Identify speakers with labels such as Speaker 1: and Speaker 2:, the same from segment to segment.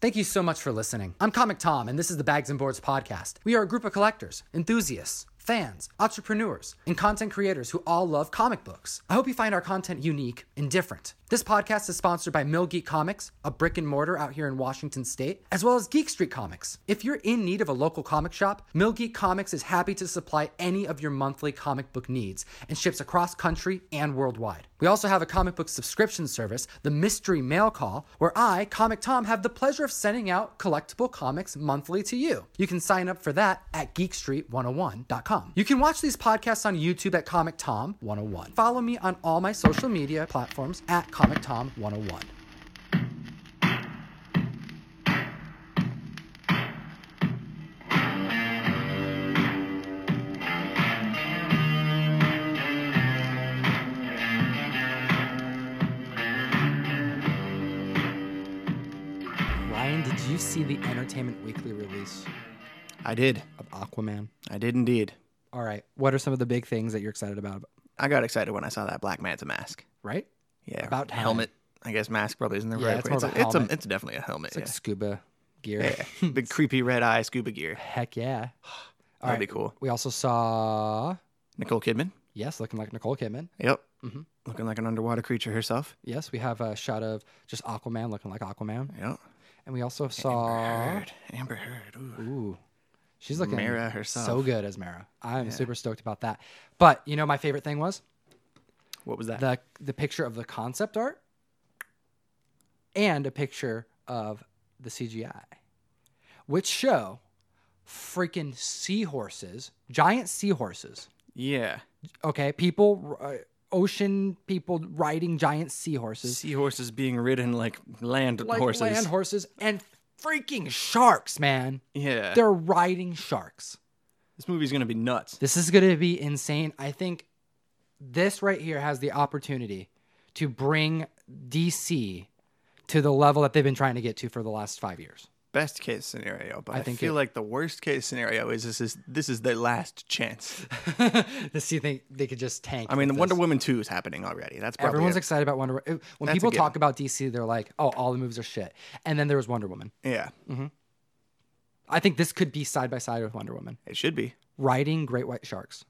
Speaker 1: Thank you so much for listening. I'm Comic Tom, and this is the Bags and Boards Podcast. We are a group of collectors, enthusiasts, fans, entrepreneurs, and content creators who all love comic books. I hope you find our content unique and different. This podcast is sponsored by Mill Geek Comics, a brick and mortar out here in Washington State, as well as Geek Street Comics. If you're in need of a local comic shop, Mill Geek Comics is happy to supply any of your monthly comic book needs and ships across country and worldwide. We also have a comic book subscription service, the Mystery Mail Call, where I, Comic Tom, have the pleasure of sending out collectible comics monthly to you. You can sign up for that at geekstreet101.com. You can watch these podcasts on YouTube at Comic Tom 101. Follow me on all my social media platforms at Comic Tom 101. Ryan, did you see the Entertainment Weekly release
Speaker 2: I did.
Speaker 1: of Aquaman?
Speaker 2: I did indeed.
Speaker 1: All right, what are some of the big things that you're excited about?
Speaker 2: I got excited when I saw that Black Manta mask.
Speaker 1: Right?
Speaker 2: Yeah.
Speaker 1: About time.
Speaker 2: helmet. I guess mask probably isn't the
Speaker 1: Yeah,
Speaker 2: right
Speaker 1: it's
Speaker 2: word.
Speaker 1: more of a
Speaker 2: it's,
Speaker 1: helmet.
Speaker 2: a, it's definitely a helmet.
Speaker 1: It's like scuba gear.
Speaker 2: yeah. yeah. the creepy red eye scuba gear.
Speaker 1: Heck yeah. All
Speaker 2: That'd
Speaker 1: right.
Speaker 2: be cool.
Speaker 1: We also saw,
Speaker 2: Nicole Kidman.
Speaker 1: yes, looking like Nicole Kidman.
Speaker 2: Yep.
Speaker 1: Mhm.
Speaker 2: Looking like an underwater creature herself.
Speaker 1: Yes, we have a shot of just Aquaman looking like Aquaman.
Speaker 2: Yep.
Speaker 1: And we also saw,
Speaker 2: Heard. Amber Heard. Ooh.
Speaker 1: ooh, she's looking
Speaker 2: Mara
Speaker 1: so
Speaker 2: herself.
Speaker 1: good as Mara. I'm super stoked about that. But you know, my favorite thing was
Speaker 2: What was that?
Speaker 1: the the picture of the concept art and a picture of the CGI, which show freaking seahorses, giant seahorses.
Speaker 2: yeah.
Speaker 1: Okay, people, uh, ocean people riding giant seahorses.
Speaker 2: Seahorses being ridden like land
Speaker 1: like
Speaker 2: horses.
Speaker 1: land horses and freaking sharks, man.
Speaker 2: yeah.
Speaker 1: They're riding sharks.
Speaker 2: This movie's going to be nuts.
Speaker 1: This is going to be insane. I think this right here has the opportunity to bring DC to the level that they've been trying to get to for the last 5 years.
Speaker 2: Best case scenario, but I,
Speaker 1: think
Speaker 2: feel
Speaker 1: it-
Speaker 2: like the worst case scenario is this is this is their last chance.
Speaker 1: this you think they could just tank.
Speaker 2: I mean, the
Speaker 1: with
Speaker 2: Wonder
Speaker 1: this.
Speaker 2: Woman two is happening already. That's probably
Speaker 1: Everyone's
Speaker 2: it.
Speaker 1: excited about Wonder Woman. When
Speaker 2: That's a
Speaker 1: people
Speaker 2: given.
Speaker 1: talk about DC, they're like, "Oh, all the movies are shit." And then there was Wonder Woman.
Speaker 2: yeah.
Speaker 1: I think this could be side by side with Wonder Woman.
Speaker 2: It should be.
Speaker 1: riding great white sharks.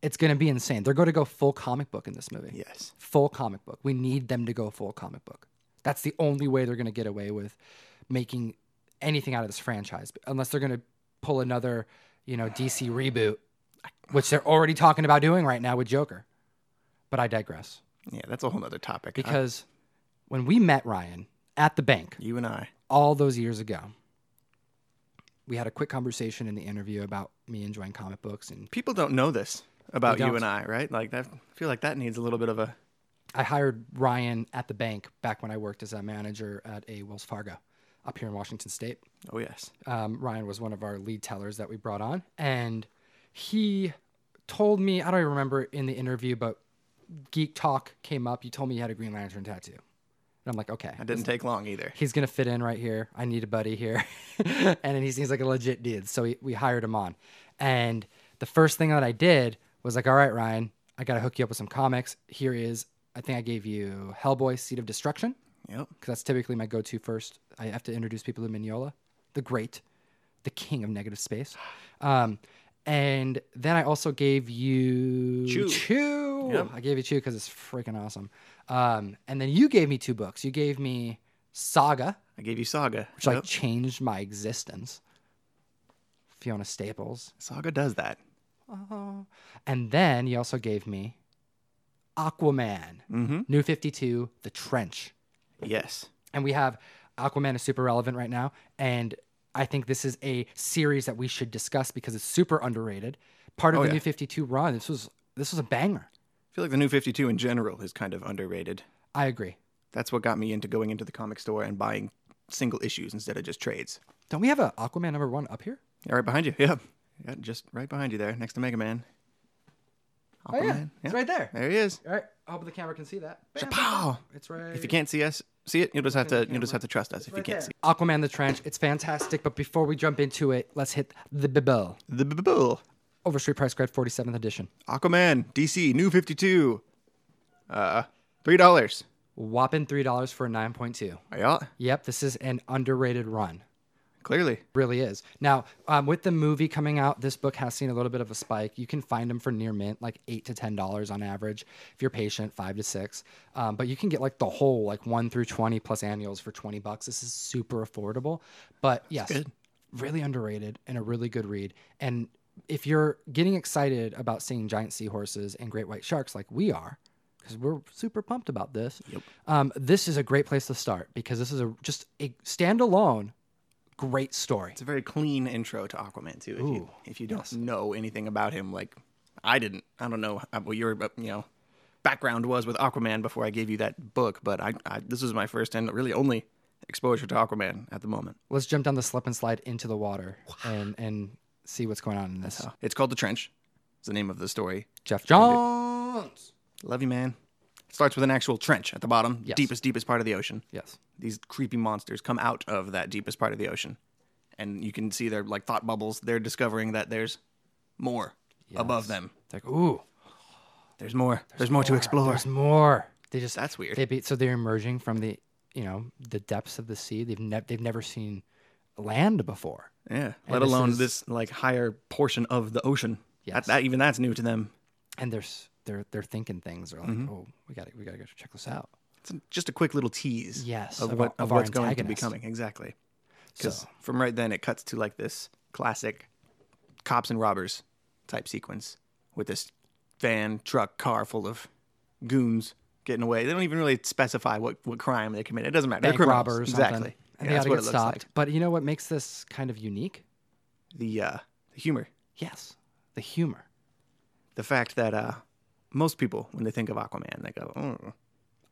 Speaker 1: It's going to be insane. They're going to go full comic book in this movie.
Speaker 2: Yes.
Speaker 1: Full comic book. We need them to go full comic book. That's the only way they're going to get away with making anything out of this franchise, unless they're going to pull another, you know, DC reboot, which they're already talking about doing right now with Joker. But I digress
Speaker 2: Yeah, that's a whole other topic. I-
Speaker 1: because when we met Ryan at the bank
Speaker 2: you and I.
Speaker 1: all those years ago, we had a quick conversation in the interview about me enjoying comic books and
Speaker 2: People don't know this about
Speaker 1: They
Speaker 2: you
Speaker 1: don't.
Speaker 2: and I, right? Like that I feel like that needs a little bit of a
Speaker 1: I hired Ryan at the bank back when I worked as a manager at a Wells Fargo up here in Washington State.
Speaker 2: oh yes.
Speaker 1: Um, Ryan was one of our lead tellers that we brought on, and he told me I don't even remember in the interview, but Geek Talk came up. You told me you had a Green Lantern tattoo, and I'm like, okay,
Speaker 2: That didn't take long either.
Speaker 1: he's gonna fit in right here. I need a buddy here, and then he seems like a legit dude. So we, we hired him on, and the first thing that I did was like, all right, Ryan, I gotta hook you up with some comics. Here is, I think I gave you Hellboy: Seed of Destruction
Speaker 2: Yep.
Speaker 1: because that's typically my go-to first. I have to introduce people to Mignola, the great, the king of negative space. Um, and then I also gave you
Speaker 2: Chew.
Speaker 1: Chew.
Speaker 2: Yep.
Speaker 1: I gave you Chew because it's freaking awesome. Um, and then you gave me two books. You gave me Saga,
Speaker 2: I gave you Saga.
Speaker 1: which like
Speaker 2: Yep.
Speaker 1: changed my existence. Fiona Staples.
Speaker 2: Saga does that. Uh-huh.
Speaker 1: Oh. And then you also gave me Aquaman,
Speaker 2: Mm-hmm.
Speaker 1: New 52, The Trench.
Speaker 2: Yes.
Speaker 1: and we have Aquaman is super relevant right now, and I think this is a series that we should discuss because it's super underrated. Part of
Speaker 2: Oh,
Speaker 1: the
Speaker 2: yeah.
Speaker 1: New Fifty Two run. This was this was a banger.
Speaker 2: I feel like the new fifty two in general is kind of underrated.
Speaker 1: I agree.
Speaker 2: That's what got me into going into the comic store and buying single issues instead of just trades.
Speaker 1: Don't we have a Aquaman number one up here?
Speaker 2: Yeah, right behind you. Yeah. Yeah, just right behind you there, next to Mega Man. Aquaman. Oh, Yeah.
Speaker 1: it's right there.
Speaker 2: There he is.
Speaker 1: All right, I hope the camera can see that. Bam.
Speaker 2: Pow!
Speaker 1: It's right.
Speaker 2: If you can't see us, see it. You'll just have to. You'll just have to trust us if you can't see
Speaker 1: Aquaman the Trench. It's fantastic, but before we jump into it, let's hit the bell.
Speaker 2: the b- bull.
Speaker 1: Overstreet Price Grad 47th edition.
Speaker 2: Aquaman DC New Fifty Two. Uh, three dollars.
Speaker 1: Whopping three dollars for a nine point two.
Speaker 2: Yeah,
Speaker 1: Yep, this is an underrated run.
Speaker 2: clearly.
Speaker 1: Really is. Now, um, with the movie coming out, this book has seen a little bit of a spike. You can find them for near mint, like eight to ten dollars on average, if you're patient, five to six. Um, but you can get like the whole, like one through twenty plus annuals for twenty bucks. This is super affordable. But yes, really underrated and a really good read. And if you're getting excited about seeing giant seahorses and great white sharks like we are, because we're super pumped about this, um, this is a great place to start because this is a just a standalone great story.
Speaker 2: It's a very clean intro to Aquaman too. If you if you don't know anything about him, like I didn't, I don't know how- what your you know background was with Aquaman before I gave you that book, but I, I this was my first and really only exposure to Aquaman at the moment.
Speaker 1: let's jump down the slip and slide into the water and and see what's going on in this.
Speaker 2: It's called The Trench. It's the name of the story.
Speaker 1: Jeff Jones.
Speaker 2: Love you, man. It starts with an actual trench at the bottom, deepest, deepest part of the ocean.
Speaker 1: Yes.
Speaker 2: These creepy monsters come out of that deepest part of the ocean. And you can see their like thought bubbles. They're discovering that there's more above them.
Speaker 1: It's like, ooh,
Speaker 2: There's more. There's, more, to explore.
Speaker 1: there's more. They just
Speaker 2: That's weird.
Speaker 1: they be, so they're emerging from the you know the depths of the sea. They've never they've never seen land before.
Speaker 2: Yeah. Let
Speaker 1: this
Speaker 2: alone
Speaker 1: is-
Speaker 2: this like higher portion of the ocean.
Speaker 1: Yes.
Speaker 2: That, that even that's new to them.
Speaker 1: And they're s- they're they're thinking things. They're like,
Speaker 2: Mm-hmm.
Speaker 1: oh, we got to we got to go check this out.
Speaker 2: It's just a quick little tease.
Speaker 1: Yes,
Speaker 2: Of
Speaker 1: of
Speaker 2: what
Speaker 1: our-
Speaker 2: of
Speaker 1: of our
Speaker 2: what's going to be
Speaker 1: antagonist.
Speaker 2: coming. Exactly. Because
Speaker 1: So-
Speaker 2: from right then it cuts to like this classic cops and robbers type sequence with this van, truck, car full of goons getting away. They don't even really specify what, what crime they committed. It doesn't matter.
Speaker 1: Bank
Speaker 2: They're criminals.
Speaker 1: robbers,
Speaker 2: Exactly.
Speaker 1: Something. And
Speaker 2: Yeah,
Speaker 1: they
Speaker 2: that's
Speaker 1: ought to
Speaker 2: what
Speaker 1: get
Speaker 2: it looks
Speaker 1: stopped.
Speaker 2: like.
Speaker 1: But you know what makes this kind of unique?
Speaker 2: The uh, the humor.
Speaker 1: Yes, the humor.
Speaker 2: The fact that uh, most people when they think of Aquaman, they go, oh,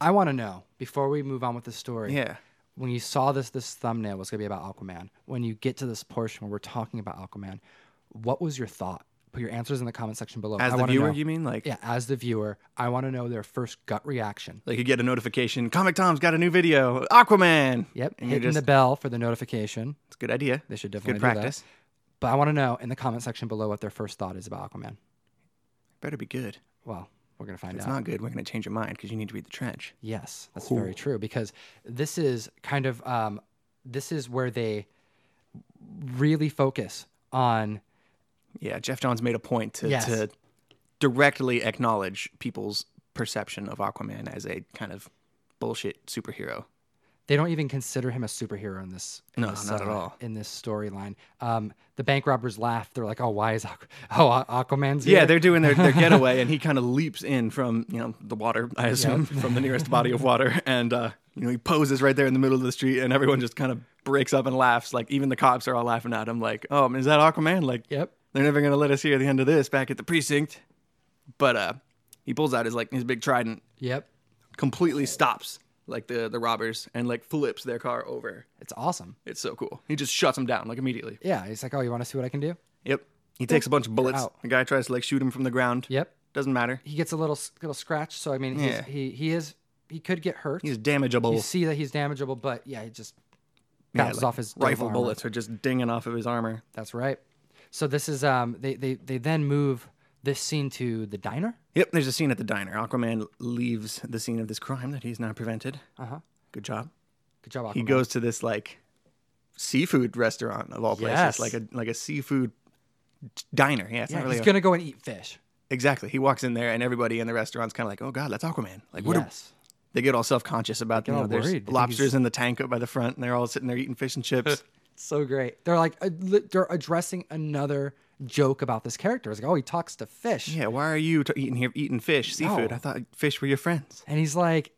Speaker 1: I want to know before we move on with the story.
Speaker 2: yeah.
Speaker 1: when you saw this this thumbnail was going to be about Aquaman. When you get to this portion where we're talking about Aquaman, what was your thought? Put your answers in the comment section below.
Speaker 2: As
Speaker 1: I
Speaker 2: the
Speaker 1: wanna
Speaker 2: viewer,
Speaker 1: know-
Speaker 2: you mean? Like,
Speaker 1: yeah, as the viewer, I want to know their first gut reaction.
Speaker 2: like you get a notification, Comic Tom's got a new video, Aquaman.
Speaker 1: Yep,
Speaker 2: And you're
Speaker 1: hitting
Speaker 2: just,
Speaker 1: the bell for the notification.
Speaker 2: it's a good idea.
Speaker 1: They should
Speaker 2: It's
Speaker 1: definitely
Speaker 2: good
Speaker 1: do that.
Speaker 2: practice.
Speaker 1: But I want to know in the comment section below what their first thought is about Aquaman.
Speaker 2: Better be good.
Speaker 1: Well, we're gonna find
Speaker 2: It's
Speaker 1: out.
Speaker 2: not good. We're going to change your mind because you need to read the trench.
Speaker 1: Yes, that's very true because this is kind of um, this is where they really focus on
Speaker 2: Yeah, Jeff Johns made a point to,
Speaker 1: Yes.
Speaker 2: to directly acknowledge people's perception of Aquaman as a kind of bullshit superhero.
Speaker 1: they don't even consider him a superhero in this. In
Speaker 2: No,
Speaker 1: this, uh,
Speaker 2: not at all.
Speaker 1: In this storyline, um, the bank robbers laugh. They're like, "Oh, why is Aqu- oh Aqu- Aquaman's here?"
Speaker 2: Yeah, they're doing their, their getaway, and he kind of leaps in from you know the water, I assume, from the nearest body of water, and uh, you know he poses right there in the middle of the street, and everyone just kind of breaks up and laughs. Like even the cops are all laughing at him. Like, oh, man, is that Aquaman? Like,
Speaker 1: Yep.
Speaker 2: they're never gonna let us hear the end of this back at the precinct. But uh, he pulls out his like his big trident,
Speaker 1: Yep.
Speaker 2: completely stops like the the robbers, and like flips their car over.
Speaker 1: It's awesome.
Speaker 2: It's so cool. He just shuts them down like immediately.
Speaker 1: Yeah. He's like, "Oh, you want to see what I can do?"
Speaker 2: Yep. He takes a bunch of bullets.
Speaker 1: out.
Speaker 2: The guy tries to like shoot him from the ground.
Speaker 1: Yep.
Speaker 2: Doesn't matter.
Speaker 1: He gets a little s- little scratch. So I mean, he's,
Speaker 2: Yeah.
Speaker 1: he he is he could get hurt.
Speaker 2: He's
Speaker 1: you
Speaker 2: damageable.
Speaker 1: see that he's damageable, but yeah, he just
Speaker 2: Yeah,
Speaker 1: bounces
Speaker 2: like
Speaker 1: off his
Speaker 2: rifle
Speaker 1: armor.
Speaker 2: bullets are just dinging off of his armor.
Speaker 1: That's right. So this is um they they they then move this scene to the diner.
Speaker 2: Yep, there's a scene at the diner. Aquaman leaves the scene of this crime that he's now prevented.
Speaker 1: Uh huh.
Speaker 2: Good job.
Speaker 1: Good job, Aquaman.
Speaker 2: He goes to this like seafood restaurant of all places,
Speaker 1: Yes.
Speaker 2: like a like a seafood diner. Yeah, it's
Speaker 1: yeah,
Speaker 2: not really
Speaker 1: he's
Speaker 2: a-
Speaker 1: gonna go and eat fish.
Speaker 2: exactly. He walks in there, and everybody in the restaurant's kind of like, "Oh God, that's Aquaman!" Like, what? do-
Speaker 1: yes.
Speaker 2: they get all self conscious about. You
Speaker 1: all
Speaker 2: know, there's
Speaker 1: worried. They think
Speaker 2: lobsters
Speaker 1: he's-
Speaker 2: in the tank up by the front, and they're all sitting there eating fish and chips.
Speaker 1: So great. They're like uh, li- they're addressing another joke about this character. It's like, oh, he talks to fish,
Speaker 2: yeah, why are you t- eating here eating fish, seafood?
Speaker 1: No.
Speaker 2: I thought fish were your friends.
Speaker 1: and he's like,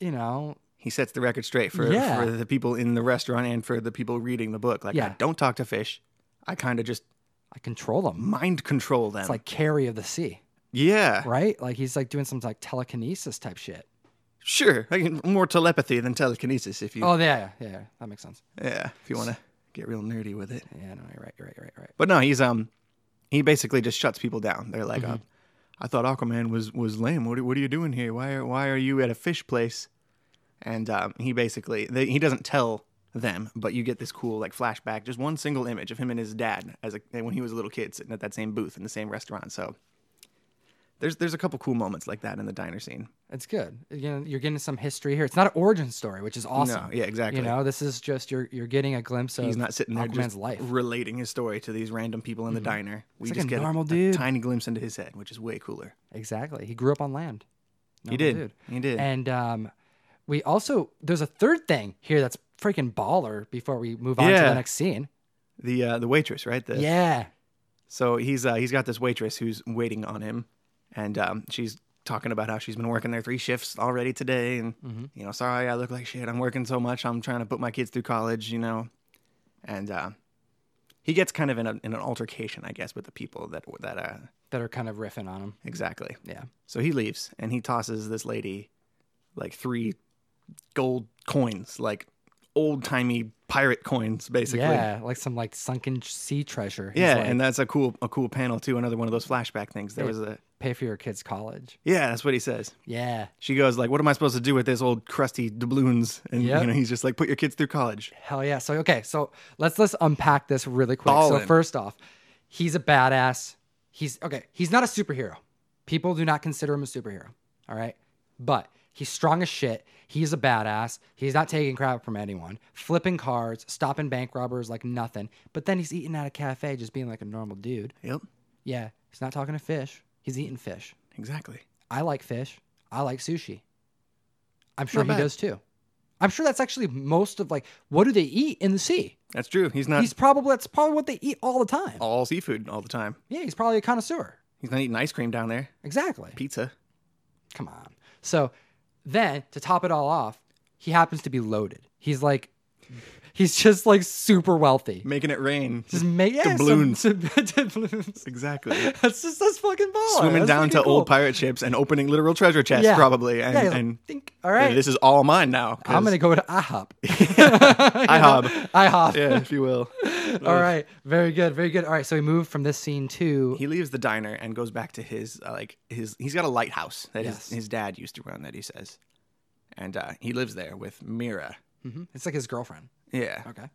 Speaker 1: you know,
Speaker 2: he sets the record straight for,
Speaker 1: Yeah.
Speaker 2: for the people in the restaurant and for the people reading the book. Like, I
Speaker 1: Yeah.
Speaker 2: don't talk to fish. I kind of just
Speaker 1: I control him.
Speaker 2: mind control them.
Speaker 1: It's like Carrie of the Sea,
Speaker 2: yeah,
Speaker 1: right? Like he's like doing some like telekinesis type shit.
Speaker 2: sure. I can, more telepathy than telekinesis if you,
Speaker 1: Oh yeah, yeah, yeah. that makes sense.
Speaker 2: yeah, if you want to get real nerdy with it.
Speaker 1: Yeah, no, you're right, you're right, you're right, you're right.
Speaker 2: But no, he's um, he basically just shuts people down. They're
Speaker 1: Mm-hmm.
Speaker 2: like, uh, I thought Aquaman was was lame. What are, what are you doing here? Why are why are you at a fish place? And um, he basically they, he doesn't tell them, but you get this cool like flashback, just one single image of him and his dad as a, when he was a little kid sitting at that same booth in the same restaurant. So There's there's a couple cool moments like that in the diner scene.
Speaker 1: It's good. You know, you're getting some history here. It's not an origin story, which is awesome.
Speaker 2: No, yeah, exactly.
Speaker 1: You know, this is just you're you're getting a glimpse of
Speaker 2: He's not sitting there
Speaker 1: Aquaman's
Speaker 2: just
Speaker 1: life. Mm-hmm.
Speaker 2: relating his story to these random people in the diner. We
Speaker 1: like
Speaker 2: just
Speaker 1: a
Speaker 2: get
Speaker 1: normal dude.
Speaker 2: tiny glimpse into his head, which is way cooler.
Speaker 1: Exactly. He grew up on land.
Speaker 2: He
Speaker 1: Normal
Speaker 2: did. He did.
Speaker 1: And um, we also there's a third thing here that's freaking baller. Before we move on to
Speaker 2: Yeah.
Speaker 1: the next scene.
Speaker 2: the uh, the waitress, right? The,
Speaker 1: Yeah.
Speaker 2: So he's uh, he's got this waitress who's waiting on him, and um, she's talking about how she's been working their three shifts already today, and
Speaker 1: Mm-hmm.
Speaker 2: you know, sorry, I look like shit. I'm working so much. I'm trying to put my kids through college, you know, and uh, he gets kind of in, a, in an altercation, I guess, with the people that that uh,
Speaker 1: That are kind of riffing on him.
Speaker 2: exactly.
Speaker 1: Yeah.
Speaker 2: So he leaves, and he tosses this lady like three gold coins, like old timey pirate coins, basically.
Speaker 1: Yeah. Like some like sunken sea treasure. He's
Speaker 2: Yeah,
Speaker 1: like,
Speaker 2: and that's a cool a cool panel too. Another one of those flashback things. There was a
Speaker 1: pay for your kids' college.
Speaker 2: yeah, that's what he says.
Speaker 1: Yeah.
Speaker 2: She goes like, "What am I supposed to do with this old crusty doubloons?" And
Speaker 1: Yep.
Speaker 2: you know, he's just like, "Put your kids through college."
Speaker 1: Hell yeah. So okay, so let's let's unpack this really quick. So
Speaker 2: Ballin'.
Speaker 1: first off, he's a badass. He's okay, he's not a superhero. People do not consider him a superhero. All right. But he's strong as shit. He's a badass. He's not taking crap from anyone. Flipping cars, stopping bank robbers like nothing. But then he's eating at a cafe just being like a normal dude.
Speaker 2: Yep,
Speaker 1: Yeah. He's not talking to fish. He's eating fish.
Speaker 2: exactly.
Speaker 1: I like fish. I like sushi. I'm sure he
Speaker 2: Not bad.
Speaker 1: does too. I'm sure that's actually most of like what do they eat in the sea?
Speaker 2: That's true. He's not Oh.
Speaker 1: He's probably that's probably what they eat all the time.
Speaker 2: all seafood all the time.
Speaker 1: Yeah, he's probably a connoisseur.
Speaker 2: He's not eating ice cream down there.
Speaker 1: Exactly.
Speaker 2: Pizza.
Speaker 1: Come on. So then to top it all off, he happens to be loaded. He's like he's just like super wealthy.
Speaker 2: Making it rain.
Speaker 1: Just make yeah,
Speaker 2: Doubloons.
Speaker 1: Some, some, doubloons.
Speaker 2: Exactly.
Speaker 1: That's just that's fucking baller.
Speaker 2: Swimming
Speaker 1: Oh, That's
Speaker 2: down
Speaker 1: freaking
Speaker 2: to
Speaker 1: cool.
Speaker 2: old pirate ships and opening literal treasure chests,
Speaker 1: Yeah.
Speaker 2: probably. And,
Speaker 1: Yeah, he's like,
Speaker 2: and
Speaker 1: think, all right.
Speaker 2: this is all mine now. 'cause-
Speaker 1: I'm gonna go to IHOP.
Speaker 2: IHOB.
Speaker 1: IHOP.
Speaker 2: yeah, if you will.
Speaker 1: All right. Very good. Very good. All right. So we move from this scene to
Speaker 2: he leaves the diner and goes back to his uh, like his he's got a lighthouse that
Speaker 1: Yes.
Speaker 2: his, his dad used to run that he says and uh, he lives there with mira
Speaker 1: Mhm. it's like his girlfriend.
Speaker 2: yeah
Speaker 1: Okay.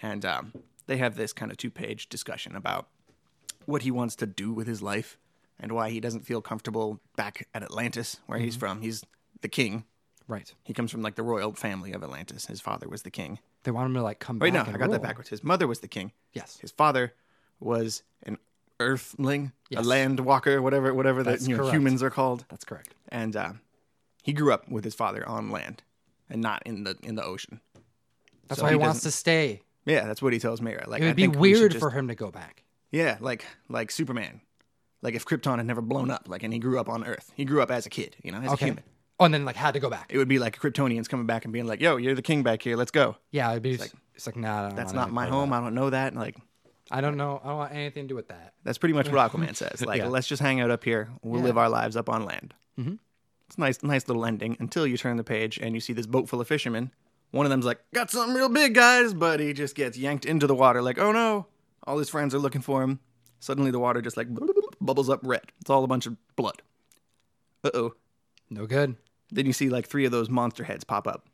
Speaker 2: and um, they have this kind of two-page discussion about what he wants to do with his life and why he doesn't feel comfortable back at atlantis where
Speaker 1: Mm-hmm.
Speaker 2: he's from he's the king
Speaker 1: Right.
Speaker 2: he comes from like the royal family of atlantis his father was the king
Speaker 1: They want him to like come
Speaker 2: wait no
Speaker 1: back.
Speaker 2: i
Speaker 1: and
Speaker 2: got that
Speaker 1: rule.
Speaker 2: backwards his mother was the king
Speaker 1: Yes.
Speaker 2: his father was an earthling
Speaker 1: Yes.
Speaker 2: a land walker whatever whatever the
Speaker 1: That's
Speaker 2: you know,
Speaker 1: correct.
Speaker 2: humans are called
Speaker 1: That's correct.
Speaker 2: and uh, he grew up with his father on land and not in the in the ocean.
Speaker 1: That's
Speaker 2: So
Speaker 1: why he,
Speaker 2: he
Speaker 1: wants to stay.
Speaker 2: Yeah, that's what he tells Mira. Like
Speaker 1: It
Speaker 2: I
Speaker 1: would be
Speaker 2: think we should
Speaker 1: weird
Speaker 2: just-
Speaker 1: for him to go back.
Speaker 2: yeah, like like Superman, like if Krypton had never blown up, like and he grew up on Earth. He grew up as a kid, you know, as a
Speaker 1: Okay.
Speaker 2: human.
Speaker 1: Oh, and then like had to go back.
Speaker 2: It would be like Kryptonians coming back and being like, "Yo, you're the king back here. Let's go."
Speaker 1: yeah. It'd be. It's like, nah. I don't
Speaker 2: That's
Speaker 1: want
Speaker 2: not
Speaker 1: any
Speaker 2: my
Speaker 1: part of
Speaker 2: home. I don't know that. And, like
Speaker 1: that. I don't know. I don't want anything to do with that.
Speaker 2: that's pretty much what Aquaman says. Like
Speaker 1: Yeah.
Speaker 2: let's just hang out up here. We'll
Speaker 1: Yeah.
Speaker 2: live our lives up on land. Mm-hmm. It's a nice, nice little ending until you turn the page and you see this boat full of fishermen. One of them's like, "Got something real big, guys," but he just gets yanked into the water. Like, oh no! All his friends are looking for him. Suddenly, the water just like bubbles up red. It's all a bunch of blood. Uh oh.
Speaker 1: No good.
Speaker 2: Then you see like three of those monster heads pop up,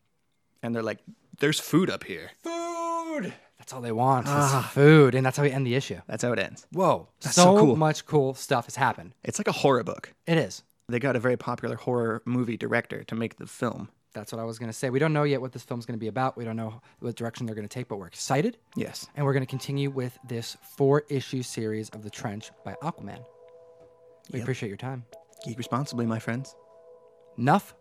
Speaker 2: and they're like, "There's food up here."
Speaker 1: Food. That's all they want. is food, and that's how we end the issue.
Speaker 2: That's how it ends.
Speaker 1: Whoa.
Speaker 2: Ah. so cool.
Speaker 1: much cool stuff has happened.
Speaker 2: It's like a horror book.
Speaker 1: It is.
Speaker 2: They got a very popular horror movie director to make the film.
Speaker 1: That's what I was going to say. We don't know yet what this film's going to be about. We don't know what direction they're going to take, but we're excited.
Speaker 2: Yes.
Speaker 1: And we're going to continue with this four issue series of The Trench by Aquaman. We appreciate your time.
Speaker 2: Geek responsibly, my friends.
Speaker 1: Enough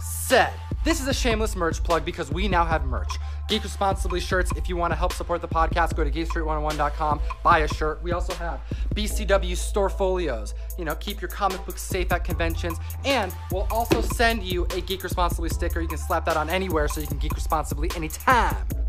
Speaker 1: said. This is a shameless merch plug because we now have merch. Geek Responsibly shirts. If you want to help support the podcast, go to geekstreet101.com, buy a shirt. We also have BCW store folios. You know, keep your comic books safe at conventions. And we'll also send you a Geek Responsibly sticker. You can slap that on anywhere so you can geek responsibly anytime.